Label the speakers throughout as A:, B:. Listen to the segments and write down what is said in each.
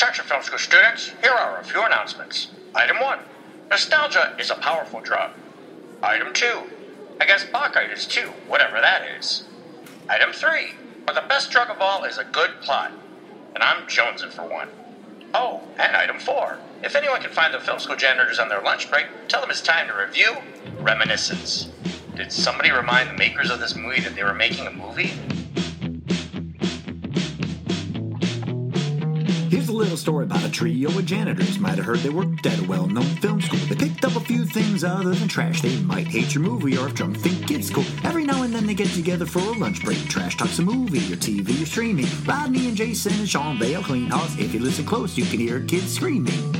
A: Action Film School students, here are a few announcements. Item 1 Nostalgia is a powerful drug. Item 2 I guess Bacchite is too, whatever that is. Item 3 But the best drug of all is a good plot. And I'm jonesing for one. Oh, and item 4 If anyone can find the film school janitors on their lunch break, tell them it's time to review Reminiscence. Did somebody remind the makers of this movie that they were making a movie?
B: Here's a little story about a trio of janitors. Might have heard they worked at a well known film school. They picked up a few things other than trash. They might hate your movie or if drunk think it's cool. Every now and then they get together for a lunch break. Trash talks a movie or TV or streaming. Rodney and Jason and Sean, they'll clean house. If you listen close, you can hear kids screaming.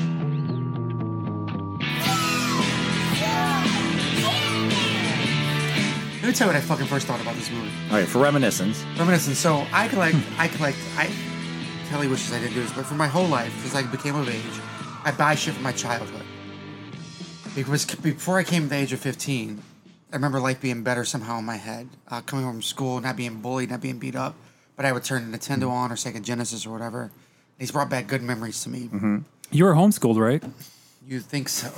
C: Let me tell you what I fucking first thought about this movie.
D: All right, for reminiscence.
C: Reminiscence. So I collect, I collect, I. Kelly wishes I didn't do this, but for my whole life, since I became of age, I buy shit from my childhood. Because before I came to the age of 15, I remember life being better somehow in my head. Uh, coming home from school, not being bullied, not being beat up, but I would turn Nintendo on or Sega Genesis or whatever. He's brought back good memories to me.
E: You were homeschooled, right?
C: You think so?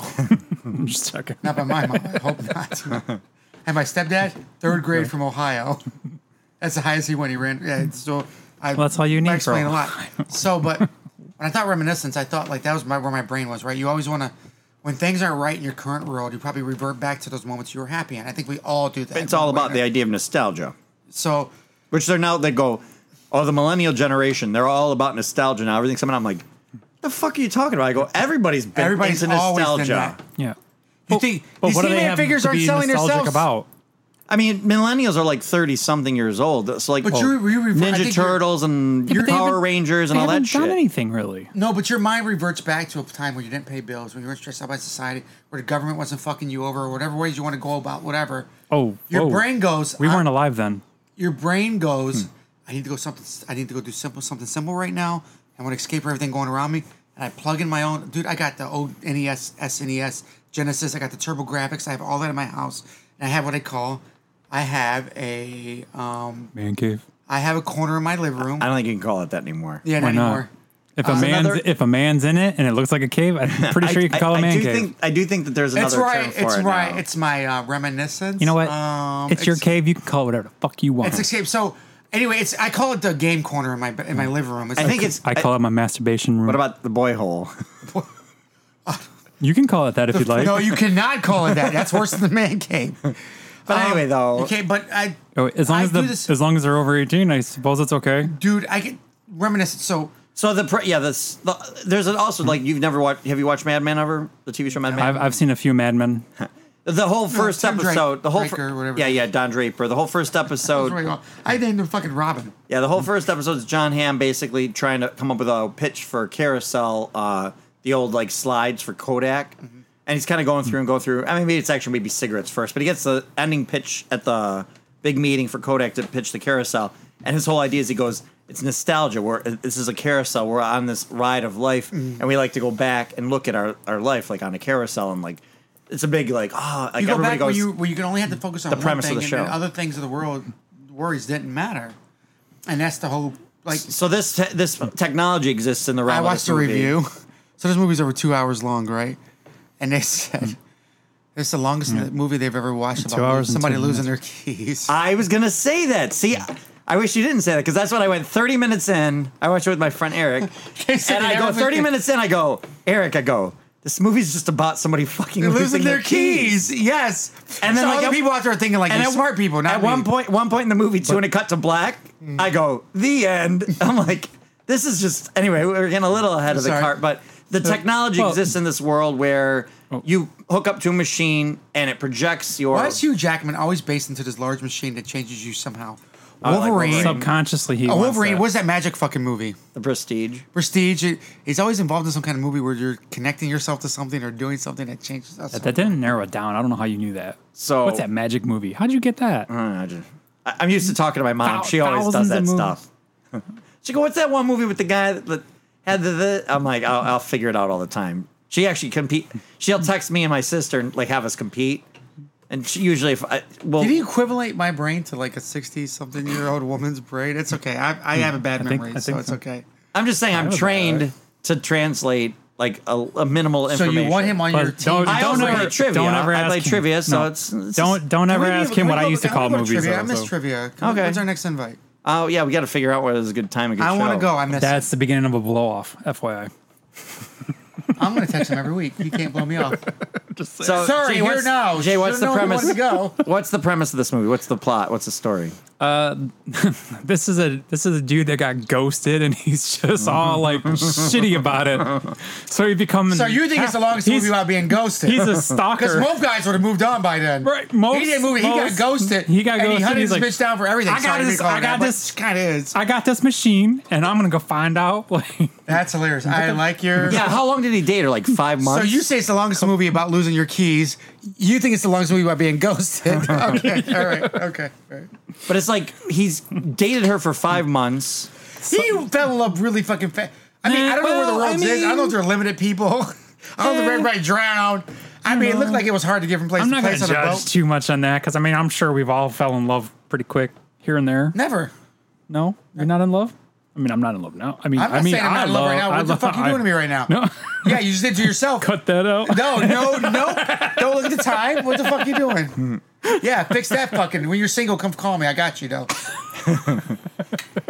E: I'm just checking.
C: Not by my mom. I hope not. and my stepdad, third grade from Ohio. That's the highest he went. He ran. Yeah, it's so I,
E: Well, that's all you need
C: I
E: for
C: explain a lot.
E: Ohio.
C: So, but when I thought reminiscence, I thought like that was my, where my brain was. Right? You always want to. When things aren't right in your current world, you probably revert back to those moments you were happy in. I think we all do that.
D: It's all about the idea of nostalgia,
C: So,
D: which they're now, they go, oh, the millennial generation, they're all about nostalgia now. Everything's coming. I'm like, the fuck are you talking about? I go, everybody's been
C: Everybody's
D: into
C: always been
D: nostalgia.
C: that.
E: Yeah.
C: You think these He-Man figures aren't selling themselves?
E: about?
D: I mean, millennials are like 30 something years old. So, like, oh,
C: But you- you refer- I
D: Ninja
C: think you're-
D: Turtles and
E: Yeah, but they
D: Power
E: haven't-
D: Rangers and
E: they
D: all that
E: haven't
D: shit.
E: done anything really.
C: No, but your mind reverts back to a time where you didn't pay bills, when you weren't stressed out by society, where the government wasn't fucking you over, or whatever ways you want to go about, whatever.
E: Oh,
C: your
E: whoa.
C: brain goes.
E: We
C: "I-
E: weren't Hmm. alive then.
C: Your brain goes. I need to go something. I need to go do simple something simple right now. I want to escape everything going around me, and I plug in my own. Dude, I got the old E NES, SNES, Genesis. I got the Turbo Graphics. I have all that in my house, and I have what I call. I have a. Um,
E: Man cave.
C: I have a corner in my living room.
D: I don't think you can call it that anymore.
C: yeah,
E: Why
C: not
E: not?
C: anymore.
E: If a
D: Uh,
E: man's
D: another-
E: if a man's in it and it looks like a cave, I'm pretty sure you can call it a man
D: do
E: cave.
D: Think, I do think that there's another
C: It's
D: term
C: right.
D: for
C: It's
D: it
C: right.
D: now.
C: It's my uh, reminiscence.
E: you know what?
C: Um,
E: it's, your cave. You can call it whatever the fuck you want.
C: It's escape. So anyway, it's I call it the game corner in my in my living room. It's
D: I
C: like-
D: think it's.
E: I call it my masturbation room.
D: What about the boy hole?
E: you can call it that if you'd like.
C: no, you cannot call it that. That's worse than the man cave.
D: But
C: Um,
D: anyway, though,
C: Okay, but I
E: Oh, as long
C: I
E: as the
C: do this-
E: as long as they're over 18, I suppose it's okay.
C: dude, I get reminiscent. So
D: so the pre- yeah, this the, there's an also like you've never watched. Have you watched Mad Men ever? The TV show Mad Men.
E: I've, I've seen a few Mad Men.
D: the whole first
C: Tim Drake-
D: episode. the whole
C: Drake or whatever.
D: yeah, yeah, Don Draper. The whole first episode.
C: I named him fucking Robin.
D: yeah, the whole first episode is John Hamm basically trying to come up with a pitch for Carousel, uh, the old like slides for Kodak,
C: Mm-hmm.
D: and he's kind of going through and go through. I mean, maybe it's actually maybe cigarettes first, but he gets the ending pitch at the big meeting for Kodak to pitch the Carousel, and his whole idea is he goes. It's nostalgia. We're uh, this is a carousel. We're on this ride of life,
C: Mm-hmm.
D: and we like to go back and look at our, our life like on a carousel, and like it's a big like ah. like
C: You go
D: everybody
C: back where
D: goes,
C: you where you can only have to focus on
D: The
C: one
D: premise of
C: thing
D: the
C: and
D: show.
C: then other things of the world worries didn't matter, and that's the whole like
D: So this te- this technology exists in the realm.
C: I
D: of
C: watched
D: this
C: a
D: movie.
C: review. So this movie's over two hours long, right? And they said it's the longest movie they've ever watched about
E: hours and
C: somebody
E: two
C: losing their keys.
D: I was gonna say that. See, I- I wish you didn't say that because that's what I went. Thirty minutes in, I watched it with my friend Eric,
C: They said
D: and
C: they
D: I go
C: never-
D: thirty minutes in. I go, Eric, I go. This movie's just about somebody fucking
C: They're
D: losing,
C: losing their keys. Yes.
D: And then
C: so
D: like
C: other
D: at-
C: people out there are thinking like
D: and
C: you're
D: at-
C: smart people. Not
D: at one
C: me. Mm-hmm.
D: point, one point in the movie too, when it cut to black, I go the end. I'm like, this is just anyway. We're getting a little ahead of the
C: Sorry.
D: cart, but the technology
E: well-
D: exists in this world where you hook up to a machine and it projects your.
C: oh. Why is Hugh Jackman always based into this large machine that changes you somehow?
D: like
C: Wolverine.
D: Wolverine.
E: Uh, Subconsciously, he
C: Oh,
E: wants
C: Wolverine.
E: that.
C: What's that magic fucking movie?
D: the prestige.
C: Prestige. He- He's always involved in some kind of movie where you're connecting yourself to something or doing something that changes us.
E: that didn't narrow it down. I don't know how you knew that.
D: So-
E: what's that magic movie? How'd you get that?
C: Uh,
D: I just, I, I'm used to talking to my mom.
E: Thou-
D: she always does
E: thousands of
D: that
E: movies.
D: stuff. she go, "What's that one movie with the guy that, that had the, the?" I'm like, I'll, "I'll figure it out all the time." She actually compete. She'll text me and my sister and like have us compete. And she usually, if I, well,
C: Did he
E: Oh.
C: equivalent my brain to like a 60 something year old woman's brain? It's okay. I, I have a bad
E: think-
C: memory, so
E: I think
C: it's
E: so.
C: okay.
D: I'm just saying, I'm
E: was
D: trained
E: alright.
D: to translate like a, a minimal
C: So
D: information.
C: you want him on
E: But
C: your team?
E: don't-
D: I
E: don't
D: also
E: ever-
D: play trivia.
E: don't ever
D: I play
E: ask him.
D: trivia, so
E: No.
D: it's, it's
E: Don't don't ever
C: Can we
E: ask
C: do-
E: him
C: can
E: what
C: we
E: I
C: go-
E: used to
C: can we
E: call
C: go
E: movies.
C: Trivia? I
E: though,
C: miss
E: so-
C: trivia. Can we-
D: Okay.
C: When's our next invite?
D: Oh yeah, we got to figure out where there's a good time. A good
C: I
D: want to
C: go. I miss.
E: That's the beginning of a blow off. FYI.
C: it. I'm going to text him every week. He can't blow me off.
D: So,
C: Sorry,
D: Jay,
C: here
D: what's,
C: now.
D: Jay, what's
C: Should've
D: the
C: known you
D: premise?
C: wanted to go.
D: What's the premise of this movie? What's the plot? What's the story?
E: This is a this is a dude that got ghosted and he's just all like shitty about it. So he becomes.
C: So you think it's the longest
E: He's-
C: movie about being ghosted?
E: He's a
C: Because
E: stalker.
C: most guys would have moved on by then.
E: Right, most-
C: he didn't move. He got
E: most-
C: ghosted.
E: he got
C: and
E: ghosted,
C: He hunted
E: he's
C: his
E: like,
C: bitch down for everything.
E: I got
C: Sorry to be
E: this-
C: calling
E: I got
C: out, but
E: this-
C: it Kind of is.
E: I got this machine and I'm gonna go find out. Like
C: That's hilarious. I like your.
D: Yeah, how long did he date her? Like five
C: So
D: months.
C: you say it's the longest movie about losing your keys. You think it's the longest movie about being ghosted. okay. All right. Okay. All right.
D: but it's like he's dated her for five months.
C: He fell in love really fucking fast. I mean, I don't know where the
E: Well, I
C: world is. I don't know if
E: mean-
C: they're limited people. I don't know if everybody drowned. I mean, it looked like it was hard to get from place
E: I'm
C: to
E: not gonna
C: place on a
E: judge
C: boat.
E: too much on that because I mean I'm sure we've all fell in love pretty quick here and there.
C: Never.
E: No, you're not in love. I mean I'm not in love now. I mean
C: I'm not
E: I mean
C: saying I'm not
E: I
C: in love right now.
E: love- I
C: What the
E: love-
C: fuck you
E: I-
C: doing to me right now?
E: No,
C: Yeah, you just did to yourself.
E: cut that out.
C: No, no, no. Don't look at the time. What the fuck you doing? Yeah, fix that fucking. When you're single, come call me. I got you, though.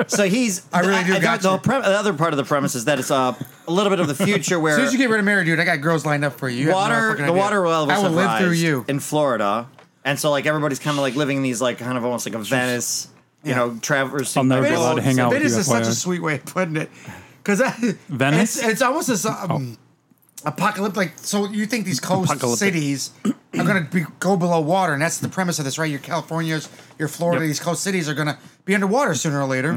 D: So he's.
C: I really do
D: the-
C: got
D: the,
C: you.
D: pre- the other part of the premise is that it's uh, a little bit of the future where
C: As soon as you get rid of Mary, dude, I got girls lined up for you. you. have no
D: water
C: fucking
D: the
C: idea.
D: water levels
C: I will
D: have
C: live through
D: rised
C: you.
D: in Florida, and so like everybody's kind of like living in these like kind of almost like a Venice, you know, traversing.
E: I'll never
D: like,
E: be allowed to
D: roads.
E: hang out with
C: Venice
E: you,
C: is such
E: FYI.
C: a sweet way of putting it. Because
E: Venice?
C: it's,
E: Oh.
C: it's almost as um, apocalyptic. So you think these coast
E: Apocalyptic.
C: cities are going to be, go below water, and that's the premise of this, right? Your Californias, your Florida,
E: Yep. Mm-hmm.
C: these coast cities are going to be underwater sooner or later,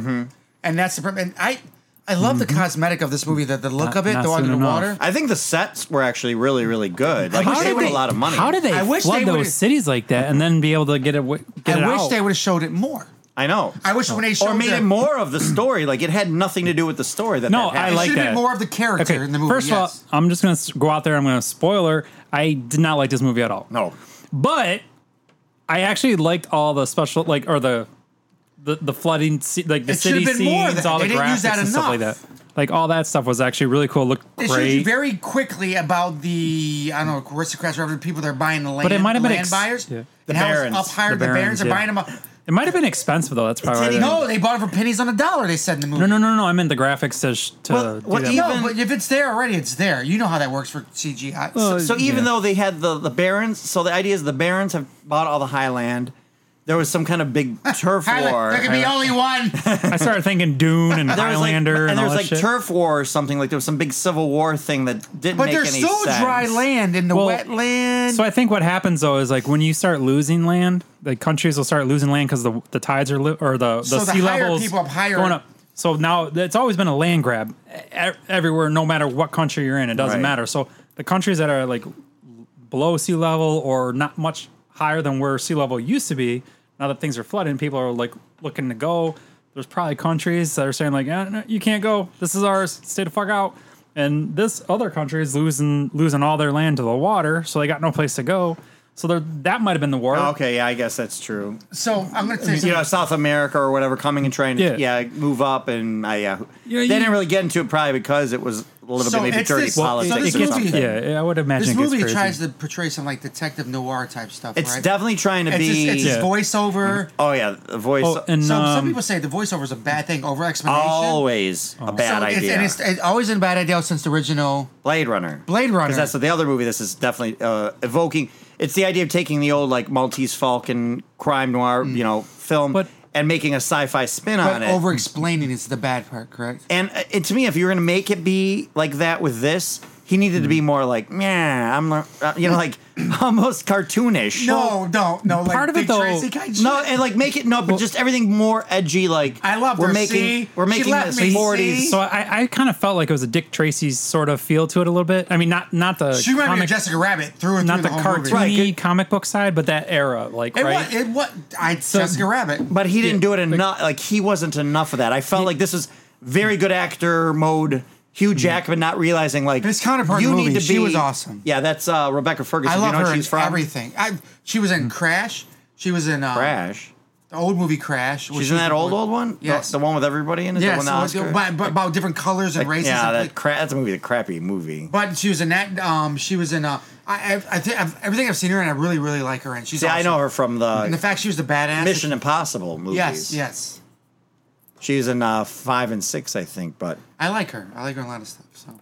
C: and that's the premise. And I, I love the cosmetic of this movie, the, the look
E: Not-
C: of it,
E: not
C: the
E: soon
C: underwater.
D: I think the sets were actually really really good. Like,
C: wish
D: they
C: they
D: spent a
C: would-
D: lot of money.
E: How did they
C: I wish
E: flood
C: they would've-
E: those cities like that and then be able to get it? wi- Get
C: I
E: it
C: wish
E: out? Oh.
C: they would have showed it more.
D: I know.
C: I wish when they showed
D: or made
C: the-
D: it more of the story. Like it had nothing to do with the story. That
E: No,
D: that
E: I
D: happened.
E: like
C: should have
E: that.
C: been more of the character in the movie.
E: First
C: yes.
E: of all, I'm just gonna s- go out there. I'm gonna spoiler. I did not like this movie at all.
D: No,
E: but I actually liked all the special, like, or the the, the flooding, se- like the
C: It should've
E: city
C: been more of
E: scenes,
C: that.
E: all the
C: They didn't
E: graphics
C: use that
E: and stuff like that.
C: enough.
E: Like all that stuff was actually really cool. Looked
C: It showed you
E: great.
C: very quickly about the I don't know aristocrats or other people that are buying the land,
E: it might have
C: the
E: been
C: land
E: ex-
C: buyers,
E: yeah.
D: The
C: and how it's
D: barons.
C: up higher.
E: The
C: The,
E: barons,
C: barons,
E: yeah.
C: are buying them up.
E: it might have been expensive though. That's probably why they
C: No,
E: didn't-
C: they bought it for pennies on a dollar. They said in the movie.
E: no, no, no, no. I meant the graphics to sh- to
D: Well,
E: do
D: what
E: that.
D: even-
C: No, but if it's there already, it's there. You know how that works for CGI.
E: Well,
D: So even
E: Yeah.
D: though they had the the barons, so the idea is the barons have bought all the highland. There was some kind of big turf
C: Highland-
D: war.
C: there could be only one.
E: I started thinking Dune and
D: There was like,
E: Highlander and,
D: and there
E: all
D: was
E: that
D: like
E: shit.
D: turf war or something. Like there was some big civil war thing that didn't.
C: But
D: make
C: there's
D: any
C: still
D: sense.
C: dry land in the
E: Well,
C: wetland.
E: So I think what happens though is like when you start losing land, the countries will start losing land because the the tides are li- or the the
C: So the
E: sea
C: higher
E: levels
C: people up higher-
E: going up. So now it's always been a land grab e- everywhere, no matter what country you're in. It doesn't
D: Right.
E: matter. So the countries that are like below sea level or not much higher than where sea level used to be, now that things are flooding, people are like looking to go. There's probably countries that are saying like, eh, no, you can't go. This is ours. Stay the fuck out. And this other country is losing losing all their land to the water, so they got no place to go. So there, that might have been the war.
C: Oh,
D: Okay, yeah, I guess that's true.
C: so I'm going to say
D: You know, South America or whatever coming and trying to
E: Yeah.
D: yeah, move up and I yeah.
E: Yeah,
D: they
E: you-
D: didn't really get into it probably because it was a little
C: So
D: bit maybe
C: it's
D: dirty
C: this- well,
D: politics
C: so this
D: or
E: gets,
D: something.
C: movie-
E: yeah, yeah, I would imagine
C: this
E: it gets
C: movie
E: crazy.
C: tries to portray some like detective noir type stuff.
D: It's
C: right?
D: definitely trying to
C: It's
D: be.
C: just- it's just
E: Yeah.
C: voiceover.
D: oh yeah, the voice
E: Oh, and
C: Some,
E: um,
C: some people say the voiceover is a bad thing, over explanation.
D: always a bad
C: Oh. so It's,
D: idea.
C: and it's, it's always been a bad idea since the original.
D: Blade Runner.
C: Blade Runner.
D: Because that's the other movie. This is definitely uh, evoking. It's the idea of taking the old like Maltese Falcon crime noir, you know, film,
E: But-
D: and making a sci-fi spin
C: Mm. But
D: on it.
C: over explaining is the bad part, correct?
D: and uh, it, to me, if you were going to make it be like that with this, he needed
C: Mm.
D: to be more like, yeah, I'm, uh, you know, like almost cartoonish.
C: No, no, no. Like
E: Part of it,
C: Dick
E: though-
C: Tracy kind of
D: No,
C: shit.
D: and like make it no, but just everything more edgy. Like
C: I love
D: we're
C: her,
D: making
C: see?
D: we're
C: She
D: making
C: let
D: this
C: me,
D: forties.
C: see?
E: So I, I kind of felt like it was a Dick Tracy sort of feel to it a little bit. I mean, not not the
C: she reminded me
E: comic,
C: of Jessica Rabbit through and
E: not
C: through
E: the,
C: the, whole
E: cartoony
C: movie.
D: Right, good-
E: comic book side, but that era, like
C: It
E: right.
C: what? It what? I Jessica Rabbit.
D: But he didn't do it enough. Like, he wasn't enough of that. I felt like this was very good actor mode. Hugh Jackman not realizing like
C: His counterpart in the movie, she was awesome.
D: Yeah, that's uh, Rebecca Ferguson.
C: I
D: Do
C: love
D: you know
C: her
D: where she's
C: in
D: from?
C: everything. I, she was in Crash. She was in um,
D: Crash.
C: the old movie Crash. which
D: She's in
C: is
D: that
C: the
D: old
C: one-
D: old one.
C: Yes.
D: the, the one with everybody in it.
C: Yes,
D: the one that
C: so,
D: Oscar-
C: but, but about different colors and races.
D: yeah,
C: and
D: that
C: like-
D: cra- that's a movie, the crappy movie.
C: But she was in that. Um, she was in. Uh, I, I, I think I've, everything I've seen her, and I really, really like her. And she's.
D: See, I
C: awesome.
D: know her from
C: And the
D: the
C: fact she was the badass.
D: Mission Impossible movies.
C: Yes, yes.
D: She's in uh, five and six, I think. But
C: I like her. I like her in a lot of stuff. So.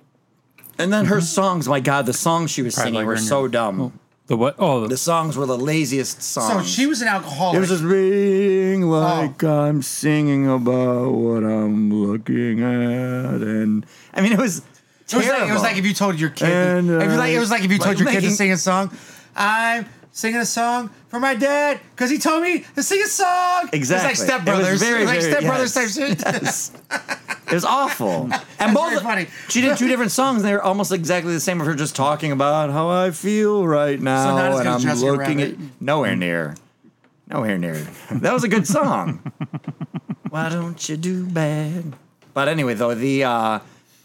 D: and then her songs, my God, the songs she was
E: Probably
D: singing
E: like
D: were
E: Ringer.
D: so dumb.
E: The what? Oh,
D: The
E: the,
D: songs were the laziest
C: So
D: songs.
C: she was an alcoholic.
D: Um, It was just reading like
C: Oh.
D: I'm singing about what I'm looking at, and I mean it was.
C: It was, like, it
D: terrible.
C: was like if you told your kid.
D: And,
C: if you like, it was like if you
D: uh,
C: told your kid
D: making-
C: to sing a song. I'm singing a song for my dad because he told me to sing a song.
D: Exactly.
C: It's like Step
D: It was
C: Brothers.
D: very,
C: It's like
D: very-
C: Step
D: yes.
C: Brothers type shit.
D: Yes. It was awful. And both
C: very funny.
D: she did two different songs and they were almost exactly the same of her just talking about how I feel right now
C: not as
D: and
C: good as
D: I'm
C: Jessica
D: looking
C: Rabbit.
D: at nowhere near. Nowhere near. That was a good song. Why don't you do bad? But anyway, though, the uh,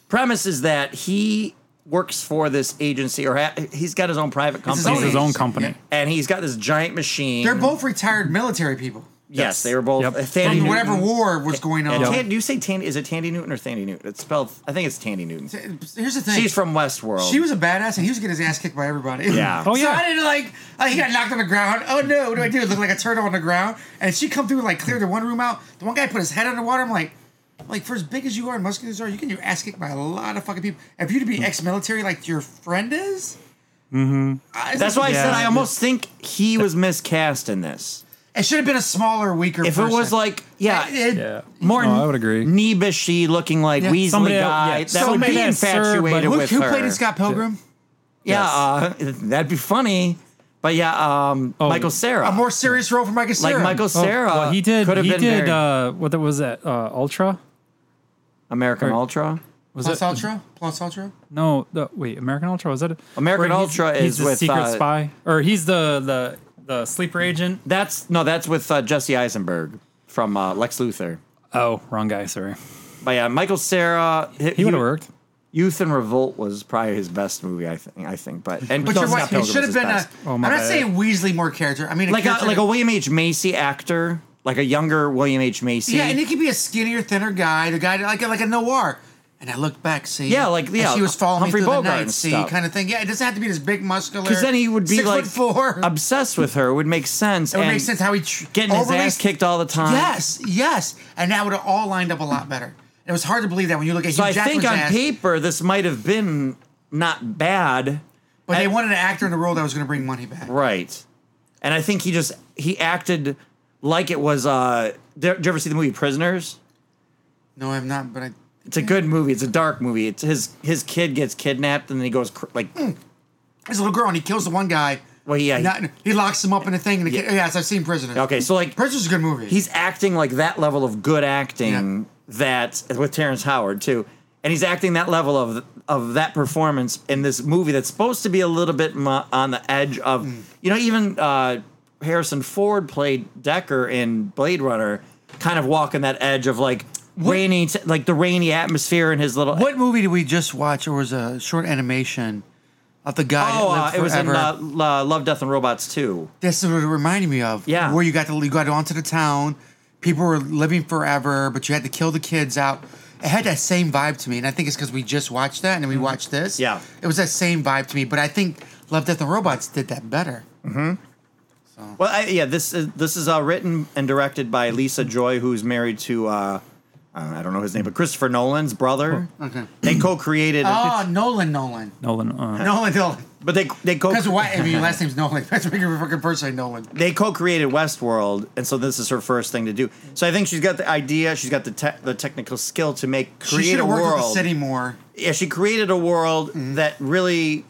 D: premise is that he works for this agency or ha- he's got his own private
C: It's
D: company.
E: He's his own
C: agency.
E: company.
D: and he's got this giant machine.
C: They're both retired military people
D: Yes, they were both.
E: Yep.
D: Fannie
C: from
E: Newton.
C: whatever war was going on.
D: and Tan- do you say Tandy? Is it Tandy Newton or Thandy Newton? It's spelled. I think it's Tandy Newton.
C: Here's the thing.
D: She's from Westworld.
C: She was a badass, and he was getting his ass kicked by everybody.
D: Yeah. Oh,
C: so
E: yeah.
C: I didn't like. Like he got knocked on the ground. Oh no! What do I do? Look like a turtle on the ground. And she come through and like cleared the one room out. The one guy put his head underwater. I'm like, like for as big as you are and muscular as you are, you get your ass kicked by a lot of fucking people. And for you to
D: Mm-hmm.
C: be ex-military like your friend is. Mm-hmm.
D: That's why I said
E: Yeah.
D: I almost think he was miscast in this.
C: it should have been a smaller, weaker.
D: If it was
C: person.
D: like, yeah,
C: It-
E: yeah.
D: more
E: No, I would agree.
D: Neebishy looking like
C: Yeah.
D: Weasley
E: Somebody else-
D: guy,
E: yeah.
D: that would
E: Somebody
D: be
E: that served,
D: infatuated
E: but-
C: Who-
D: with
C: who
D: her.
C: played in Scott Pilgrim?
D: Yeah, uh, that'd be funny. But yeah, um,
E: Oh.
D: Michael Sarah,
C: A more serious role for Michael Cera.
D: like Michael
E: Oh,
D: Sarah,
E: well, he did.
D: could have
E: He
D: been
E: did.
D: very-
E: Uh, what that was that? Uh, Ultra.
D: American
E: uh, or-
D: Ultra.
E: Was
C: Plus
E: it?
C: Ultra. Plus Ultra.
E: No, the, wait. American Ultra was that? it?
D: American
E: Where he's-
D: Ultra
E: he's
D: is
E: the
D: with,
E: secret
D: uh,
E: spy, or he's the the the sleeper agent.
D: That's no, that's with uh, Jesse Eisenberg from uh, Lex Luthor.
E: Oh, wrong guy. Sorry.
D: But yeah, Michael Sarah,
E: He would have worked.
D: Youth and Revolt was probably his best movie, I think. I think, but and
C: But
D: no,
C: you're
D: Scott
C: right. It
D: Pilgrim
C: should have
D: was
C: been
D: his
C: a.
D: best.
E: Oh,
C: am
E: my
C: not
E: bad.
C: saying Weasley more character. I mean, a
D: like
C: character
D: a like
C: that-
D: a William H Macy actor, like a younger William H Macy.
C: Yeah, and he could be a skinnier, thinner guy, the guy that- like like a noir. And I looked back, see,
D: Yeah, like,
C: and
D: yeah,
C: she was following
D: Humphrey
C: me through
D: Bogart
C: the night,
D: and
C: see,
D: stuff.
C: kind of thing. Yeah, it doesn't have to be this big muscular.
D: because then he would be
C: six
D: like
C: foot four.
D: obsessed with her. It would make sense.
C: it would
D: and
C: make sense how he tr-
D: getting his
C: overly-
D: ass kicked all the time.
C: Yes, yes, and that would have all lined up a lot better. It was hard to believe that when you look at
D: So
C: Hugh
D: I think
C: Jackman's
D: on
C: ass,
D: paper this might have been not bad,
C: but they wanted an actor in the role that was going to bring money back.
D: right? And I think he just he acted like it was. Uh, did, did you ever see the movie Prisoners?
C: No, I'm not, but I.
D: It's a good movie. It's a dark movie. It's his his kid gets kidnapped and then he goes cr- like
C: Hmm. There's a little girl, and he kills the one guy.
D: Well, yeah, he-
C: Not- he locks him up in a thing. And the kid, yes, I've seen Prisoners.
D: okay, so like
C: Prisoners is a good movie.
D: he's acting like that level of good acting that with Terrence Howard too, and he's acting that level of of that performance in this movie that's supposed to be a little bit mu- on the edge of you know even uh, Harrison Ford played Decker in Blade Runner, kind of walking that edge of like rainy t- like the rainy atmosphere in his little
C: What movie did we just watch? Or was a short animation of the guy?
D: oh
C: that
D: uh,
C: lived
D: it was in
C: forever?
D: uh, Lo- Love Death and Robots too.
C: This is what it reminded me of.
D: Yeah.
C: where you got to you got onto the town, people were living forever, but you had to kill the kids out. It had that same vibe to me, and I think it's because we just watched that and then we watched this.
D: Mm-hmm. Yeah.
C: it was that same vibe to me, but I think Love, Death, and Robots did that better.
D: Well, I, yeah, this is this is uh, written and directed by Lisa Joy, who's married to uh, uh, I don't know his name, but Christopher Nolan's brother.
C: Oh, Okay.
D: They co-created,
C: Oh, Nolan, Nolan,
E: Nolan. Uh,
C: Nolan, Nolan.
D: but they they co
C: That's why I mean, your last name's Nolan. That's why your fucking first name Nolan.
D: they co-created Westworld, and so this is her first thing to do. So I think she's got the idea, she's got the te- the technical skill to make
C: She
D: create
C: should
D: a
C: have worked
D: world.
C: with the city Mm-hmm. more.
D: yeah, she created a world that really,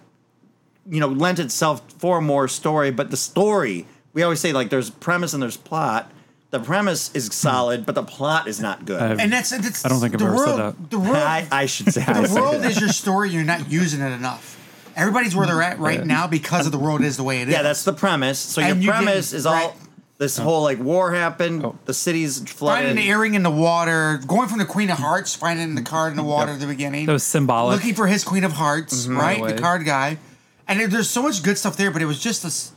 D: you know, lent itself for more story. But the story, we always say, like, there's premise and there's plot. The premise
C: Hmm.
D: is solid, but the plot is not good.
E: I've-
C: And that's, that's
E: I don't think I've
C: the
E: ever said
C: world,
E: that.
C: The world,
D: I, I should say. I
C: the
D: say
C: world
D: that.
C: is your story. You're not using it enough. Everybody's where they're at right now because of the world is the way it is.
D: Yeah, that's the premise. So your
C: And you
D: premise
C: didn't-
D: is all
C: right.
D: this whole like war happened,
C: Oh.
D: the city's flooded.
C: finding an earring in the water, going from the Queen of Hearts, finding the card in the water at the beginning.
E: That was symbolic.
C: Looking for his Queen of Hearts,
D: Mm-hmm.
C: right?
E: Right away.
C: The card guy. And there- there's so much good stuff there, but it was just this.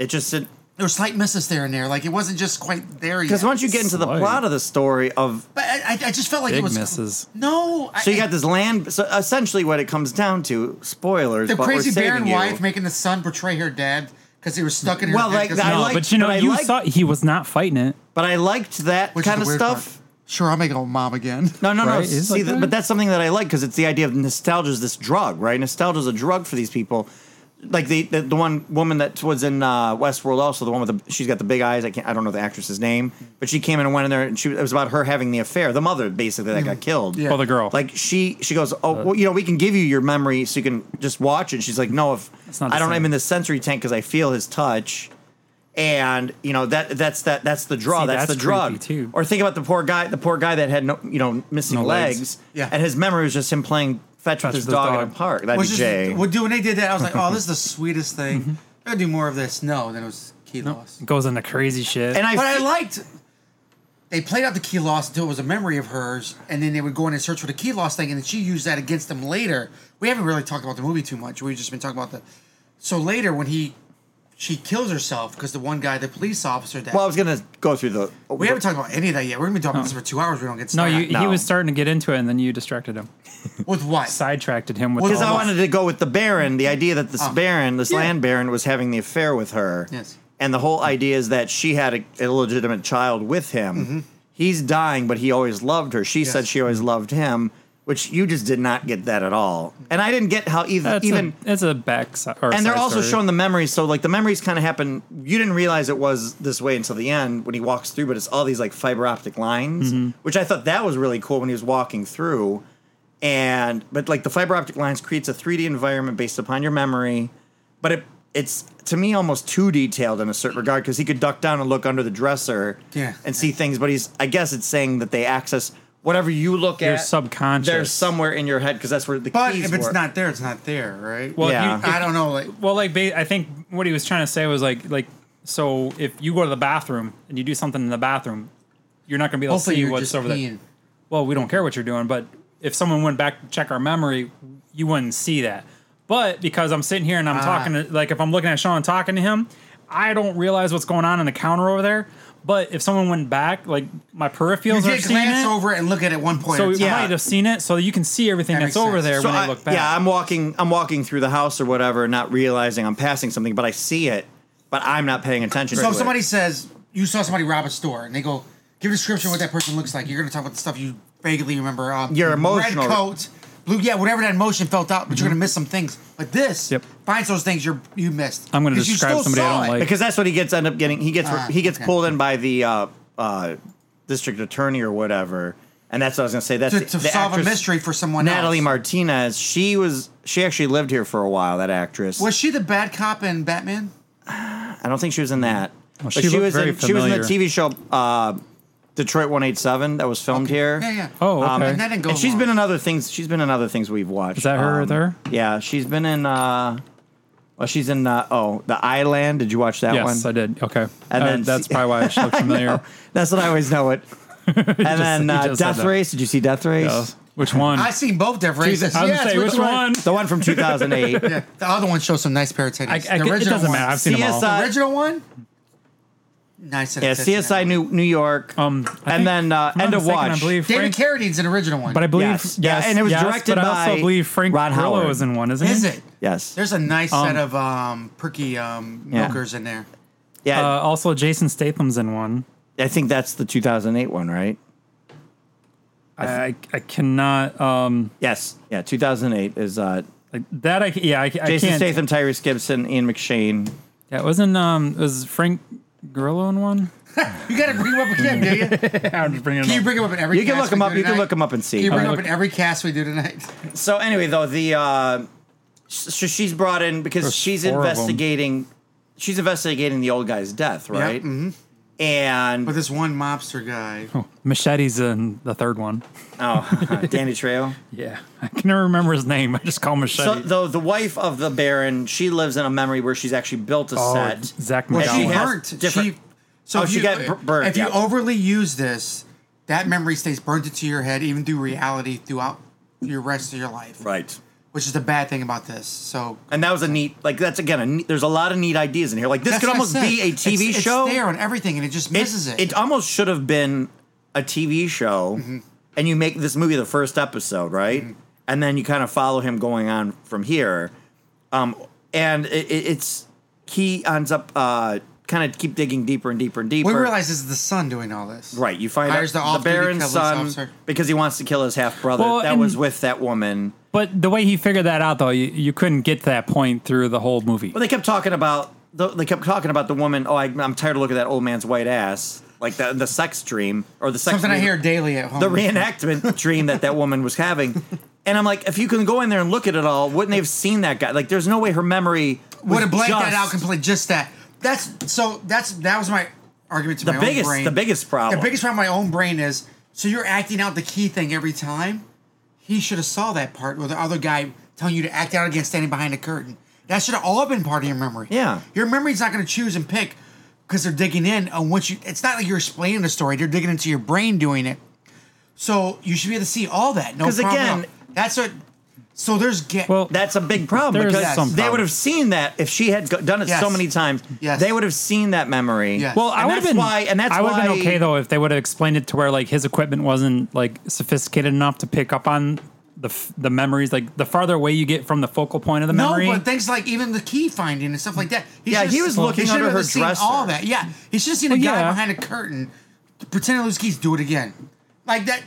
D: It just it,
C: there were slight misses there and there. Like it wasn't just quite there yet.
D: Because once you get into the
E: Slight.
D: plot of the story of
C: but I, I- I just felt like it
E: Big
C: was
E: misses.
C: No,
D: so you
C: I,
D: got this land. So essentially, what it comes down to spoilers.
C: the
D: but
C: crazy
D: we're
C: barren
D: saving you.
C: wife making the son betray her dad because he was stuck in her.
D: Well,
C: head
D: like,
C: 'cause
D: I
E: No,
C: he-
D: like-
E: but you know,
D: but I
E: you
D: like-
E: thought he was not fighting it.
D: But I liked that
C: which is
D: kind
C: the
D: of
C: weird
D: stuff.
C: part. Sure, I'll make a mom again.
D: No, no,
E: Right?
D: no.
E: It's
D: See,
E: like
D: th-
E: that.
D: but that's something that I like because it's the idea of nostalgia is this drug, right? Nostalgia is a drug for these people. Like the, the the one woman that was in uh, Westworld, also the one with the she's got the big eyes. I can't, I don't know the actress's name, but she came in and went in there, and she it was about her having the affair, the mother basically that got killed.
C: Yeah.
E: Oh, the girl. Uh,
D: Like she she goes, oh, well, you know, we can give you your memory so you can just watch it. She's like, no, if
E: It's not the
D: I don't,
E: same.
D: I'm in the sensory tank because I feel his touch, and you know that that's that that's the draw.
E: See,
D: that's,
E: that's
D: the drug.
E: creepy, too.
D: Or think about the poor guy, the poor guy that had no, you know, missing
E: No legs.
D: legs,
C: Yeah.
D: and his memory was just him playing fetch with
E: Fetch
D: his
E: with
D: dog,
E: dog.
D: in a park. That'd
C: Which
D: be
C: is,
D: Jay.
C: well, dude, when they did that, I was like, "Oh, this is the sweetest thing." I gotta do more of this. No, then it was key loss.
E: It goes into crazy shit.
D: and I,
C: But I liked. They played out the key loss until it was a memory of hers, and then they would go in and search for the key loss thing, and then she used that against them later. We haven't really talked about the movie too much. We've just been talking about the. So later, when he, she kills herself because the one guy, the police officer, that
D: well, I was gonna go through the.
C: we haven't talked about any of that yet. We're gonna be talking about this for two hours. We don't get
E: no,
C: started.
E: you, he
D: No.
E: was starting to get into it, and then you distracted him,
C: with what?
E: sidetracked him with.
C: Well,
D: because
E: all
D: I
E: the-
D: wanted to go with the Baron, the idea that this
C: Oh.
D: Baron, this
C: Yeah.
D: land Baron, was having the affair with her.
C: Yes.
D: And the whole idea is that she had a illegitimate child with him. He's dying, but he always loved her. She said
C: Yes.
D: she always loved him, which you just did not get that at all. And I didn't get how either
E: That's
D: even
E: a, it's a back. si- Or
D: and they're
E: side
D: also
E: story.
D: showing the memories. So like the memories kind of happen. You didn't realize it was this way until the end when he walks through. But it's all these like fiber optic lines,
E: Mm-hmm.
D: which I thought that was really cool when he was walking through. And but like the fiber optic lines creates a 3D environment based upon your memory, but it it's to me almost too detailed in a certain regard because he could duck down and look under the dresser
C: Yeah.
D: and see things. But he's I guess it's saying that they access whatever you look
E: Your
D: at
E: subconscious.
D: They're somewhere in your head because that's where the
C: But
D: keys
C: if it's
D: were.
C: not there, it's not there, right?
E: Well, if
D: Yeah.
E: you,
C: I don't know. Like,
E: Well, like ba- I think what he was trying to say was like like so if you go to the bathroom and you do something in the bathroom, you're not going to be able
C: hopefully,
E: to see
C: you're
E: what's
C: just
E: over
C: peeing.
E: there. Well, we don't care what you're doing, but if someone went back to check our memory, you wouldn't see that. But because I'm sitting here and I'm
C: Ah.
E: talking to like if I'm looking at Sean talking to him, I don't realize what's going on in the counter over there. But if someone went back, like my peripherals
C: You
E: are
C: did
E: seeing
C: glance
E: it,
C: over it and look at it at one point.
E: so
C: at a
E: you
C: time.
E: might have seen it, so you can see everything
C: That
E: that's
C: makes
E: over
C: sense.
E: there
D: So
E: when I,
D: I-
E: look back.
D: Yeah, I'm walking. I'm walking through the house or whatever, not realizing I'm passing something, but I see it, but I'm not paying attention.
C: So
D: to
C: if
D: it.
C: somebody says you saw somebody rob a store and they go, give a description of what that person looks like. You're gonna talk about the stuff you vaguely remember. Um,
D: Your emotional-
C: red coat, blue, yeah, whatever that emotion felt out, but you're gonna miss some things. But this
E: Mm-hmm. Yep.
C: finds those things you you missed.
E: I'm gonna
C: 'Cause you
E: describe
C: still
E: somebody I
C: saw
E: don't
C: it.
E: like.
D: because that's what he gets. End up getting. He gets.
C: Ah,
D: he gets
C: okay.
D: pulled in by the uh, uh, district attorney or whatever. And that's what I was gonna say. That's
C: To-
D: the-
C: to
D: the
C: solve a
D: actress
C: mystery for someone
D: Natalie
C: else.
D: Martinez. She was. She actually lived here for a while. That actress.
C: Was she the bad cop in Batman?
D: I don't think she was in that. but
E: she
D: she,
E: looked
D: was
E: very
D: in. She was in the
E: familiar.
D: TV show uh, Detroit 187 that was filmed here.
C: Yeah, yeah.
E: Oh,
D: Um,
E: okay.
C: and that didn't go.
D: and she's
C: long.
D: been in other things. She's been in other things we've watched. Um,
E: Is that her there?
D: Yeah, she's been in. uh Well, she's in. Uh, oh, the Island. Did you watch that
E: yes,
D: one?
E: I did. Okay,
D: And
E: Uh,
D: then-
E: that's probably why she looked familiar.
D: That's what I always know it. and then
E: you
D: uh,
E: just said
D: Death
E: that.
D: Race. Did you see Death Race?
E: Uh, Which one?
C: I seen both different races.
E: I was
C: Yes,
E: gonna say which
C: one?
E: one.
D: The one from 2008.
C: Yeah, the other one shows some nice pair of titties.
E: I, I,
C: the original
E: it doesn't
C: one.
E: matter. I've seen them all.
D: CSI.
C: The original one. Nice. set
D: Yeah,
C: of tits in that
D: CSI
C: one.
D: New New York.
E: Um, I
D: and
E: think-
D: then uh,
E: if I'm
D: End
E: not
D: of
E: mistaken,
D: Watch.
E: I believe
C: David
E: Frank,
C: Carradine's an original one.
E: but I believe
D: Yes. Yeah, and it was
E: yes,
D: directed
E: but I
D: by
E: also believe Frank
D: Ron
E: Grillo
D: Howard.
E: is in one, isn't
C: Is
E: he?
C: it?
D: Yes.
C: There's a nice
E: Um,
C: set of um, perky um,
D: Yeah.
C: milkers in there.
E: Uh,
D: yeah,
E: also, Jason Statham's in one.
D: I think that's the 2008 one, right?
E: I, I cannot. Um,
D: Yes. Yeah, 2008 is uh,
E: like that I yeah I, I
D: Jason
E: can't.
D: Statham, Tyrese Gibson, Ian McShane.
E: Yeah, wasn't um was Frank Grillo in one?
C: You got to bring him up again, do you?
E: I'm just bringing
C: Can you
E: it up.
C: bring him up in every?
D: You can
C: cast
D: look 'em
C: we
D: up.
C: do
D: You can
C: tonight?
D: look 'em up and see.
C: Can you bring him
E: Alright.
C: up in every cast we do tonight?
D: So anyway, though the uh, so she's brought in because
E: There's
D: she's
E: four of 'em.
D: investigating. She's investigating the old guy's death, right?
C: mhm.
D: And
C: But this one mobster guy.
E: Machete's in the third one.
D: oh, Danny Trejo.
E: Yeah, I can never remember his name. I just call him
D: So
E: Machete.
D: though the wife of the Baron, she lives in a memory where she's actually built a
E: Oh,
D: set.
E: Zach
D: Well,
E: McDowell.
C: she
D: she has
C: burnt.
D: different-
C: She, so
D: Oh,
C: if
D: she
C: you,
D: got bur- burnt,
C: If you
D: yeah.
C: overly use this, that memory stays burnt into your head, even through reality, throughout your rest of your life.
D: Right.
C: which is the bad thing about this. So
D: And that was a neat, like that's again, a neat, there's a lot of neat ideas in here. Like this
C: That's
D: could
C: what I
D: almost
C: said.
D: be a
C: It's-
D: TV show.
C: It's there on everything, and it just misses it. Mm-hmm.
D: It almost should have been a TV show, and you make this movie the first episode, right? And then you kind of follow him going on from here. Um, and it, it- it's he ends up uh, kind of keep digging deeper and deeper and deeper.
C: we realize this is the son doing all this,
D: right? You find
C: Hires the
D: out the
C: off-duty
D: Baron's
C: police
D: son
C: officer.
D: because he wants to kill his half brother.
E: Well,
D: that
E: and-
D: was with that woman.
E: But the way he figured that out, though, you, you couldn't get to that point through the whole movie.
D: Well, they kept talking about the, they kept talking about the woman. Oh, I, I'm tired of looking at that old man's white ass, like the the sex dream or the sex
C: Something I
D: dream-
C: hear daily at home.
D: the reenactment dream that that woman was having. And I'm like, if you can go in there and look at it all, wouldn't they have seen that guy? Like, there's no way her memory was
C: would have blanked that
D: just-
C: out completely. Just that. That's so. That's that was my argument to
D: The
C: my
D: biggest-
C: own brain.
D: the biggest problem.
C: The biggest problem in my own brain is so you're acting out the key thing every time. He should have saw that part where the other guy telling you to act out against standing behind a curtain. That should have all been part of your memory.
D: Yeah.
C: your memory's not going to choose and pick because they're digging in on what you. It's not like you're explaining the story; they're digging into your brain doing it. So you should be able to see all that. No
D: 'Cause
C: problem. at all.
D: again-
C: that's what. So there's get.
E: Well,
D: That's a big problem
E: There is
D: because
C: some
D: they
E: problem.
D: would have seen that if she had go- done it so
C: Yes.
D: many times.
C: Yes.
D: They would have seen that memory.
C: Yes.
E: Well, I
D: And
E: would have
D: that's
E: been
D: why- and that's
E: I would have
D: why-
E: been okay though if they would have explained it to where like his equipment wasn't like sophisticated enough to pick up on the f- the memories. Like the farther away you get from the focal point of the memory,
C: No, but things like even the key finding and stuff like that.
D: Yeah,
C: should've
D: he was
C: seen-
D: looking
C: should've
D: under her
C: seen
D: dresser.
C: All that. Yeah, he should have seen a
E: Well,
C: guy
E: yeah.
C: behind a curtain pretending to lose keys. Do it again, like that.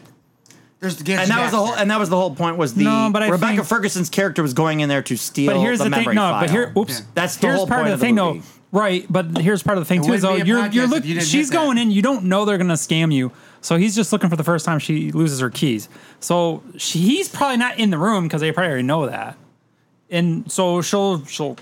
C: There's the
D: And that was the whole. And that was the whole point. Was the
E: No, but I
D: Rebecca
E: think-
D: Ferguson's character was going in there to steal.
E: but here's the, thing.
D: memory
E: No,
D: file.
E: but here, oops,
C: Yeah.
D: That's the
E: here's
D: whole
E: part
D: point
E: of
D: of
E: the
D: the
E: thing
D: movie.
E: though. Right, but here's part of the thing too is
C: wouldn't
E: though
C: be a
E: you're you're
C: podcast if
E: looking.
C: you didn't
E: she's
C: hit that.
E: going in. You don't know they're gonna scam you, so he's just looking for the first time she loses her keys. So she, he's probably not in the room because they probably already know that, and so she'll she'll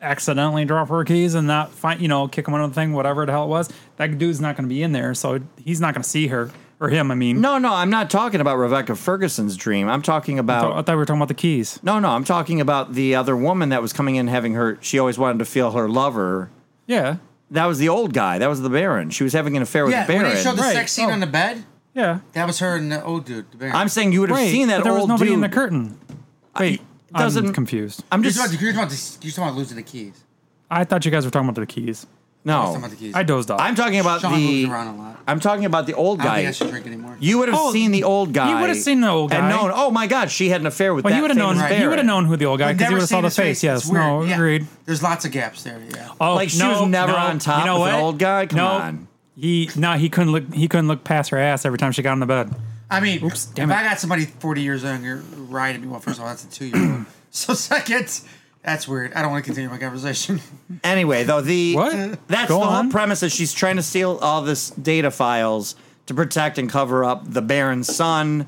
E: accidentally drop her keys and not find you know kick him under the thing whatever the hell it was. That dude's not gonna be in there, so he's not gonna see her or him. I mean,
D: No, no, I'm not talking about Rebecca Ferguson's dream. I'm talking
E: I
D: about
E: thought I thought we were talking about the keys.
D: No, no, I'm talking about the other woman that was coming in having her. She always wanted to feel her lover.
E: Yeah,
D: That was the old guy. That was the Baron. She was having an affair
C: yeah.
D: with the
C: When they showed
D: Baron.
C: the
E: Right.
C: sex scene
E: Oh.
C: on the bed,
E: yeah.
C: that was her and the old dude. The Baron.
D: I'm saying you would have
E: Right,
D: seen that
E: but there
D: old
E: was nobody
D: dude.
E: in the curtain. Wait,
D: doesn't-
E: I'm confused.
D: I'm
C: You're
D: just
C: talking, about, you're, talking about this- you're talking about losing the keys.
E: I thought you guys were talking about the keys.
C: You're talking
D: no.
C: about the keys.
E: I dozed off.
D: I'm talking about
C: Sean moves around a
D: the.
C: lot.
D: I'm talking about the old
C: I don't
D: guy.
C: think I should drink anymore.
D: You would have
E: Oh,
D: seen the old guy.
E: would've seen the old
D: And
E: guy.
D: known. Oh my God, she had an affair with
E: Well,
D: that
E: you would have known.
D: famous Baron.
E: You would have known who the old guy
C: I've
E: because you
C: never
E: would have
C: seen
E: saw the
C: his
E: face. Yes.
C: It's weird.
E: No.
C: Yeah.
E: Agreed.
C: There's lots of gaps there. Yeah.
E: Oh,
D: Like, she was
E: no,
D: never
E: no.
D: on top
E: You know
D: with an
E: what?
D: old guy? Come
E: no.
D: on.
E: He no. He couldn't look. He couldn't look past her ass every time she got on the bed.
C: I mean,
E: Oops, damn
C: if
E: it.
C: I got somebody 40 years younger riding me, well, first of all, that's a two year old. so, second, that's weird. I don't want to continue my conversation.
D: Anyway, though the
E: What?
D: that's
E: Go
D: the whole
E: on.
D: premise is she's trying to steal all this data files to protect and cover up the Baron's son.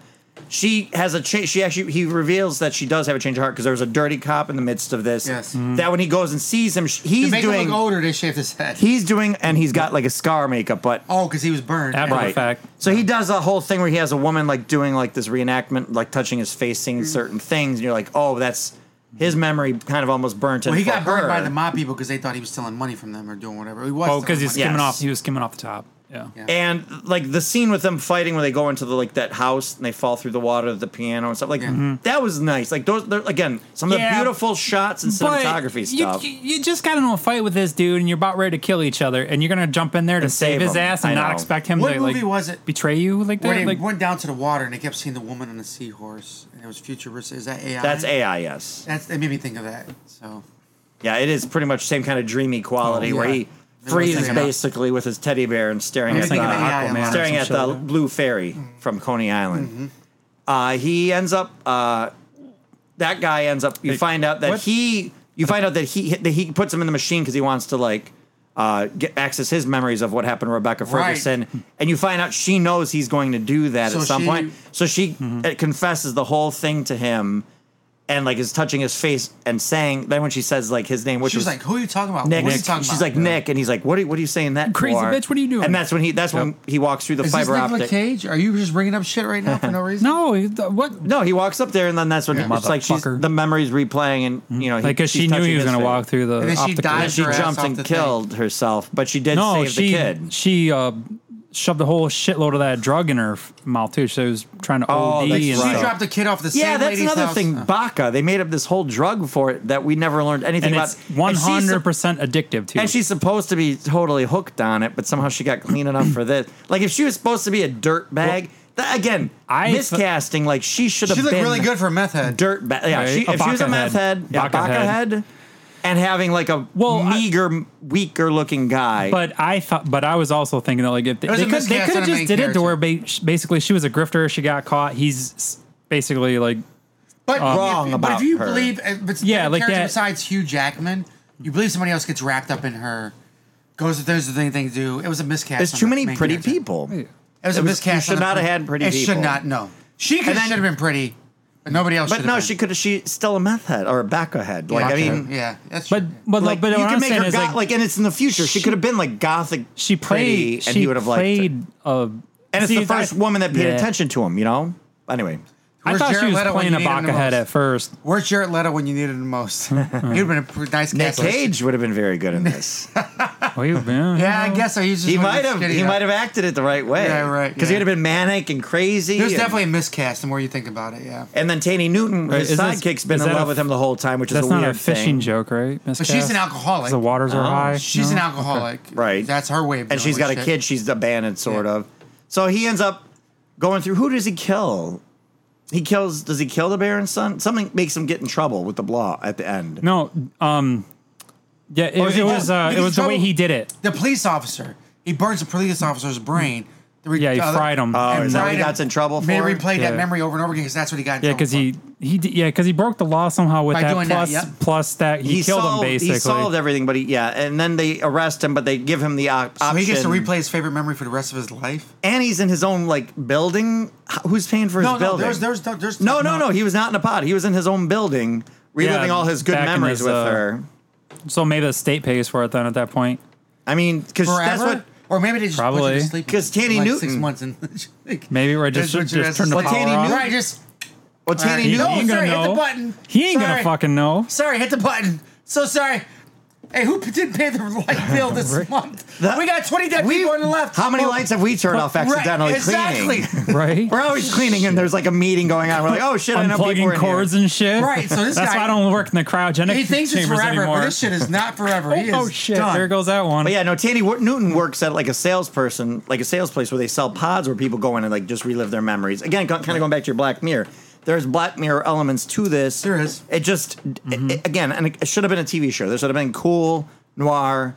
D: She has a change. She actually he reveals that she does have a change of heart because there was a dirty cop in the midst of this.
C: Yes.
E: Mm-hmm.
C: Mhm.
D: That when he goes and sees him, sh-
C: to
D: he's
C: make him
D: doing
C: look older, they shaved his head.
D: he's doing and he's got like a scar makeup, but
C: oh, because he was burned.
E: After
C: Yeah.
E: the fact,
D: so he does a whole thing where he has a woman like doing like this reenactment, like touching his face, seeing
C: Mm-hmm.
D: certain things, and you're like, oh, that's his memory kind of almost burnt. in
C: Well, he
D: for
C: got burned
D: her.
C: by the mob people because they thought he was stealing money from them or doing whatever. He was.
E: oh, because he's
C: stealing
E: skimming
D: Yes.
E: off. He was skimming off the top. Yeah.
C: Yeah.
D: And like the scene with them fighting when they go into the like that house and they fall through the water, the piano and stuff like
C: Yeah. Mhm.
D: that was nice. Like those, they're, again, some of the
E: Mm-hmm. Yeah,
D: beautiful shots and cinematography stuff.
E: You, you just got into a fight with this dude, and you're about ready to kill each other, and you're gonna jump in there to
D: save
E: save his
D: him.
E: money. ass and
D: I
E: not
D: know.
E: expect him
C: What
E: to
C: movie
E: like
C: was it?
E: betray you like
C: Where they
E: that. Like,
C: went down to the water and they kept seeing the woman on the seahorse and it was futuristic. Is that AI?
D: That's AI, yes.
C: That's it made me think of that. So
D: Yeah, it is pretty much same kind of dreamy quality
C: Oh,
D: where
C: yeah.
D: he
C: They were
D: freezes
C: thinking about-
D: basically with his teddy bear and staring
C: I
D: at
C: was thinking
D: the-
C: of AI
E: Aquaman or
D: staring
E: some
D: at
E: shit
D: the
E: like that.
D: blue fairy from Coney Island. Uh, he ends up. Uh, that guy ends up. You find out that
E: what?
D: he. You find out that he that he puts him in the machine because he wants to like uh, get access his memories of what happened to Rebecca
C: Right.
D: Ferguson, and you find out she knows he's going to do that
C: So
D: at some
C: she-
D: point. So she uh, confesses the whole thing to him, and like is touching his face and saying. Then when she says like his name, which
C: she was
D: was
C: like, "Who are you talking about?
D: Nick.
C: What are you talking
D: She's
C: about?"
D: like Nick, and he's like, "What are, what are you saying that
E: Crazy
D: for?"
E: bitch, what are you doing?
D: And that's when he that's when he walks through the
C: Is this
D: fiber
C: Nicolas
D: optic.
C: Cage? Are you just bringing up shit right now for no reason?
E: no, he- the- what?
D: No, he walks up there, and then that's when
C: Yeah.
D: it's like she's,
E: Motherfucker.
D: the memory's replaying, and you know, he,
E: Like, cause
D: she's
E: she knew
D: touching
E: he was
D: his
E: gonna
D: face.
E: walk through the.
C: And then she
E: optical-
C: died
D: She
C: her ass
D: jumped
C: off
D: and
C: the thing.
D: killed herself, but she did
E: No,
D: save
E: she
D: the kid.
E: she uh, shoved a whole shitload of that drug in her f- mouth too. She was trying to
D: Oh,
E: OD
D: that's
E: and
C: She
D: right.
E: stuff.
C: dropped a kid off the
D: Yeah,
C: same
D: that's
C: lady's
D: another
C: house.
D: thing.
C: Uh,
D: Baca. They made up this whole drug for it that we never learned anything
E: and
D: about.
E: it's one
D: And she's-
E: hundred percent addictive too.
D: And she's supposed to be totally hooked on it, but somehow she got clean enough for this. Like if she was supposed to be a dirt bag, that, again,
E: I th-
D: miscasting. like she should have.
C: She looked
D: been
C: really good for a meth head.
D: Dirt bag. Yeah,
E: Right?
D: she,
E: A
D: if she was a
E: Baca
D: meth
E: head.
D: head, yeah,
E: Baca
D: Baca
E: head.
D: head. and having like a
E: Well, I-
D: meager, weaker looking guy.
E: but I thought, but I was also thinking that like if they,
C: was
E: they
C: a
E: could, they
C: miscast
E: could
C: on
E: have
C: a
E: just
C: main
E: did it to
C: character.
E: where ba- sh- basically she was a grifter. She got caught. He's s- basically like
C: But
D: wrong
C: if, But
D: about
C: if you
D: her.
C: believe, uh, but
E: Yeah,
C: yeah, like
E: like
C: character
E: that-
C: besides Hugh Jackman, you believe somebody else gets wrapped up in her, goes to things thing they do. It was a miscast.
D: there's
C: on
D: too
C: the
D: many
C: main
D: pretty
C: character.
D: people.
C: It was a
D: It was-
C: miscast.
D: you should
C: on the
D: not have
C: pre-
D: had pretty
C: it should
D: people.
C: not. No, she could
D: And
C: should
D: then-
C: have been pretty, but nobody else.
D: But
C: should
D: no,
C: have
D: she
C: been.
D: could. She's still a meth head or a Baca head. Like I
C: Yeah,
D: mean,
C: yeah, that's true.
E: But but
D: like
E: but
D: you
E: what
D: can
E: I'm
D: make
E: saying
D: her
E: is
D: go-
E: like,
D: like, and it's in the future. She, could have been like gothic.
E: she
D: pretty,
E: played
D: and
E: she
D: he would have liked it.
E: played uh,
D: And it's
E: see,
D: the first
E: I-
D: woman that paid
E: Yeah.
D: attention to him. You know. Anyway,
E: I
C: Where's
E: thought
C: Jared
E: she was
C: Leto when
E: playing
C: you
E: a
C: need him
E: Baca
C: the
E: head
C: most?
E: at first.
C: Where's Jared Leto when you needed him most? He'd have been a pr- nice
D: Nick
C: cast.
D: Cage would have been very good in this.
E: Oh, you- yeah,
C: Yeah, I guess so. He's just
D: he
C: one of
D: might
C: those
D: have.
C: skinny
D: He
C: guys.
D: might have acted it the right way.
C: Yeah, right,
D: Because
C: yeah.
D: he'd have been manic and crazy.
C: There's
D: and,
C: definitely a miscast the more you think about it. Yeah,
D: And then Taney Newton,
E: Right,
D: his
E: is this-
D: sidekick's, been
E: is
D: in
E: that
D: love
E: a-
D: with him the whole time, which is
E: That's
D: a
E: not
D: weird
E: a fishing
D: thing.
E: joke, right?
C: but she's an alcoholic.
E: The waters are
D: Oh,
E: high.
C: She's an
E: No?
C: alcoholic.
D: Right.
C: That's her way. Of
D: And
C: dealing
D: she's
C: with
D: got a
C: shit.
D: kid. She's abandoned, sort
C: Yeah.
D: of. So he ends up going through. Who does he kill? He kills. Does he kill the Baron's son? Something makes him get in trouble with the law at the end.
E: No, um, yeah,
C: Oh,
E: it,
D: Or is
E: it
D: it
E: was
D: just-
E: uh, it
C: He's
E: was the way
C: trouble-
E: he did it.
C: The police officer. He burns a police officer's brain. The re-
E: Yeah, he
C: uh,
E: fried him.
D: Oh,
C: and
D: is that what
C: fried
D: he got
C: him.
D: in trouble for?
C: Made him replay
E: Yeah.
C: that memory over and over again because that's what he got. in
E: Yeah,
C: trouble
E: because he he did, yeah because he broke the law somehow with
C: By
E: that
C: doing that,
E: plus-
C: yep.
E: plus that he, killed
D: solved,
E: him basically.
D: He solved everything, but he, yeah, and then they arrest him, but they give him the op-
C: for.
D: option.
C: So he gets to replay his favorite memory for the rest of his life.
D: and he's in his own like building. H- Who's paying for his
C: No, no,
D: building?
C: there's, there's, there's.
D: no, no, no. He was not in a pod. He was in his own building, reliving
E: Yeah,
D: all his good
E: back in
D: memories
E: his,
D: with
E: uh,
D: her.
E: So maybe the state pays for it then at that point.
D: I mean, because that's
C: Forever.
D: what.
C: or maybe they just put
E: Probably.
C: you to sleep
D: 'Cause
C: for
D: Tandy
C: like six
D: Newton-
C: months and like,
E: Maybe we're
C: that's
E: just,
C: what
E: just,
C: you guys
E: turn the
C: decide.
E: power
D: Tandy
E: off.
D: Newton-
C: Right, just
D: Well, Tanny
E: He
D: knew.
C: no,
E: ain't
C: sorry,
E: gonna
C: hit the
E: know.
C: button.
E: He ain't gonna
C: Sorry.
E: fucking know.
C: Sorry, hit the button. So sorry. Hey, who p- didn't pay the light bill this month?
D: The-
C: we got 20 dead people on the left.
D: How many
C: Oh,
D: lights have we turned off accidentally
C: right,
D: cleaning?
C: Exactly.
E: Right?
D: We're always cleaning, and there's like a meeting going on. We're like, oh shit, I know people were
E: Unplugging
D: in
E: cords
D: here.
E: and shit.
C: Right, so this
E: That's
C: guy-
E: why I don't work in the cryogenic
C: he thinks it's
E: chambers
C: forever,
E: anymore.
C: but this shit is not forever. He is
E: oh shit!
C: done.
E: There goes that one.
D: But yeah, no, Tandy Wo- Newton works at like a salesperson, like a sales place where they sell pods where people go in and like just relive their memories. Again, kind of going back to your Black Mirror. There's Black Mirror elements to this.
C: There is.
D: It just
E: Mm-hmm.
D: it- it- again, and it should have been a TV show. There should have been cool noir.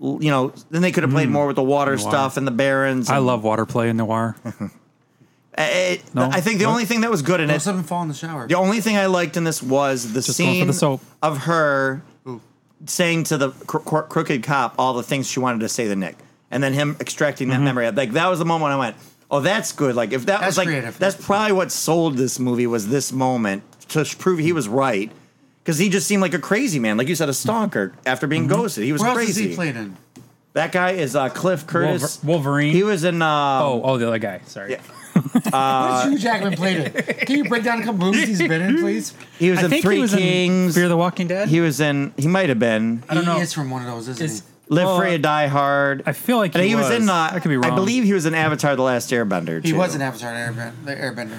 D: l- You know, then they could have played more with the water stuff and the barons.
E: Mm. I
D: and-
E: love water play in noir.
D: I- I-
E: No?
D: I think the
E: What?
D: only thing that was good in
C: Don't
D: it
C: slip and fall in the shower.
D: The only thing I liked in this was the
E: going for
D: scene
E: the soap.
D: of her saying to the cro- cro- crooked cop all the things she wanted to say to Nick, and then him extracting that
E: Mm-hmm.
D: memory. Like that was the moment I went, "Oh, that's good." Like if that
C: That's
D: was like
C: creative.
D: that's probably what sold this movie was this moment to sh- prove he was right because he just seemed like a crazy man, like you said, a stalker after being
E: Mm-hmm.
D: ghosted. He was
C: Where else is
D: crazy.
C: he played in?
D: That guy is uh, Cliff Curtis.
E: Wolver- Wolverine.
D: He was in. Uh,
E: oh, oh, the other guy. Sorry.
D: Yeah.
C: What did Hugh Jackman play in? Can you break down a couple movies he's been in, please?
D: He was
E: I
D: in
E: think
D: Three
E: he was
D: Kings.
E: in Fear the Walking Dead.
D: he was in. He might have been.
E: I don't know.
C: He is from one of those, isn't
E: Is-
D: Live
E: Well,
D: Free or Die Hard.
E: Oh. I feel like
D: And
E: he
D: he, was,
E: was.
D: in. Uh,
E: I could be wrong.
D: believe he was in Avatar: The Last Airbender.
C: he? He
D: too.
C: was an Avatar Airbender. The Airbender.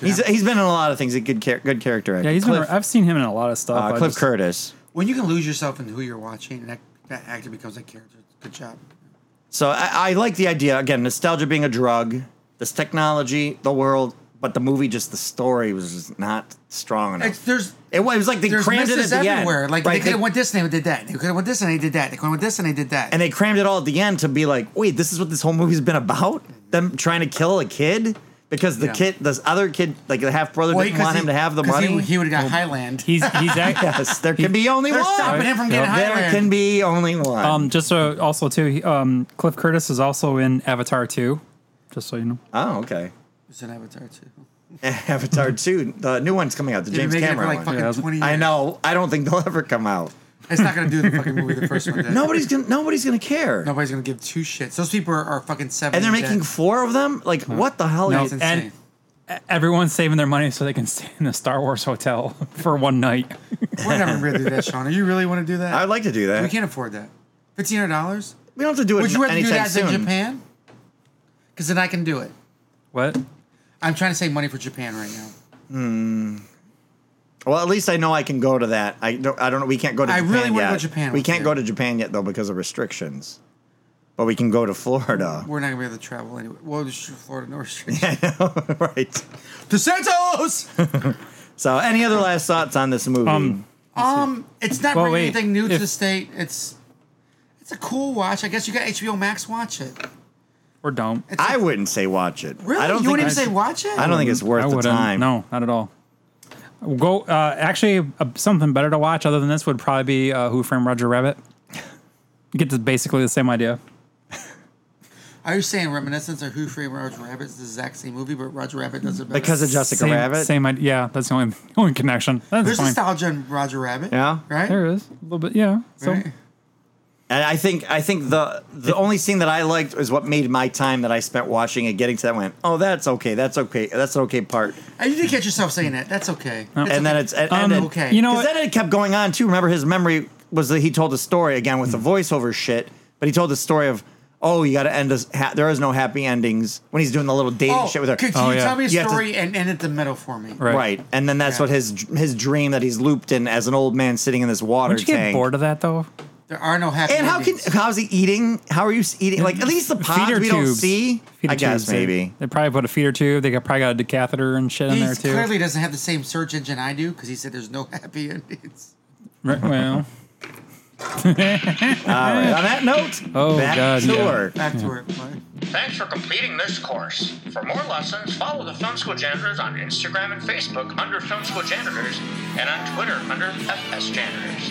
D: He's he's been in a lot of things. A good char- good character. Actor.
E: Yeah, he's
D: Cliff,
E: been. I've seen him in a lot of stuff.
D: uh,
E: I
D: Cliff
E: just-
D: Curtis.
C: When you can lose yourself in who you're watching, and that, that actor becomes that character. Good job.
D: So I, I like the idea again. Nostalgia being a drug. This technology, the world, but the movie, just the story was just not strong enough.
C: It's, there's
D: it was it was like they
C: There's
D: crammed it at
C: misses
D: the
C: everywhere.
D: end.
C: Like
D: right?
C: they could have went this and they did that. They could have went this and they did that. They could have went this and they did that.
D: and they crammed it all at the end to be like, wait, this is what this whole movie's been about? Them trying to kill a kid because the
C: Yeah.
D: kid, this other kid, like the half brother,
C: Well,
D: didn't
C: 'cause
D: want
C: he-
D: him to have the
C: 'cause
D: money.
C: He, he would have got Highland.
E: He's he's act-
D: yes, there can be only
C: They're
D: one.
C: stopping him from getting
D: there
C: Highland.
D: can be only one.
E: Um, just so also too, he- um, Cliff Curtis is also in Avatar 2, just so you know.
D: oh, okay.
C: It's an Avatar too.
D: Avatar 2, the new one's coming out, the
C: They've
D: James
C: been making it for
D: Cameron
C: like
D: one.
C: fucking
E: Yeah,
C: twenty. Years.
D: I know. I don't think they'll ever come out.
C: It's not gonna do the fucking movie the first one did.
D: Nobody's gonna nobody's gonna care.
C: Nobody's gonna give two shits. Those people are, are fucking seven.
D: and they're making
C: dead.
D: four of them? Like what the hell
C: No,
D: is
C: it's insane.
E: And everyone's saving their money so they can stay in the Star Wars hotel for one night.
C: We're never gonna do that, Sean. You really want to do that?
D: I would like to do that.
C: we
D: We,
C: can't afford that. Fifteen hundred dollars.
D: don't have to do it
C: Would you rather do
D: anytime
C: that
D: soon.
C: than Japan? because then I can do it.
E: What?
C: I'm trying to save money for Japan right now.
D: Well, at least I know I can go to that. I don't. I don't know. We can't go to.
C: I
D: Japan
C: really wanna
D: yet.
C: go to Japan
D: We
C: with
D: can't
C: you.
D: go to Japan yet though because of restrictions. But we can go to Florida.
C: We're not gonna be able to travel anyway. Well, there's Florida no restrictions.
D: I know, right.
C: The Santos.
D: So, any other last thoughts on this movie?
E: Um,
C: Um, it's not
E: Well,
C: bringing
E: wait,
C: anything new to
E: if-
C: the state. It's it's a cool watch. I guess you got HBO Max. Watch it.
E: Or don't.
C: It's
D: I
C: a-
D: wouldn't say watch it.
C: really.
D: I don't
C: you
D: think
C: wouldn't even
D: it's-
C: say watch it.
D: I don't think it's worth
E: I
D: the
E: wouldn't.
D: time.
E: No, not at all. Go. Uh, actually, uh, something better to watch other than this would probably be uh, Who Framed Roger Rabbit. You get to basically the same idea.
C: Are you saying Reminiscence or Who Framed Roger Rabbit is the exact same movie, but Roger Rabbit does it better?
D: because of Jessica
E: same,
D: Rabbit.
E: Same idea. Yeah, that's the only only connection. That's
C: there's
E: fine.
C: nostalgia in Roger Rabbit.
D: Yeah.
C: right.
E: There is a little bit. Yeah. So
C: Right?
D: And I think I think the the only scene that I liked is what made my time that I spent watching and getting to that went. Oh, that's okay. That's okay. That's an okay part.
C: And you did catch yourself saying that. That's okay. That's
D: and then
C: okay.
D: it's and,
E: Um,
C: okay.
D: and okay.
E: you know
D: Because
E: what?
D: then it kept going on too. Remember, his memory was that he told a story again with the
E: Hmm.
D: voiceover shit, but he told the story of, oh, you got to end this. Ha- there is no happy endings when he's doing the little dating
C: oh,
D: shit with her.
C: Could you
E: Oh, yeah.
C: tell me a
D: You have to-
C: story and end at the middle for me?
E: right.
D: right. and then that's
C: Yeah.
D: what his his dream that he's looped in as an old man sitting in this water
E: Don't you get
D: tank.
E: bored of that though?
C: There are no happy.
D: and how can
C: endings.
D: how's he eating? How are you s- eating? Like at least the pods
E: feeder
D: we
E: tubes.
D: don't see.
E: Feeder
D: I guess
E: tubes, they-
D: maybe.
E: They, probably put a feeder tube. They got probably got a decatheter and shit in
C: he
E: there too.
C: clearly doesn't have the same search engine I do because he said there's no happy endings.
E: Right, well,
D: All right. On that note,
E: Oh,
D: back
E: God,
D: to
E: yeah.
D: work.
C: Back to it. Mike.
A: Thanks for completing this course. For more lessons, follow the Film School Janitors on Instagram and Facebook under Film School Janitors and on Twitter under FS Janitors.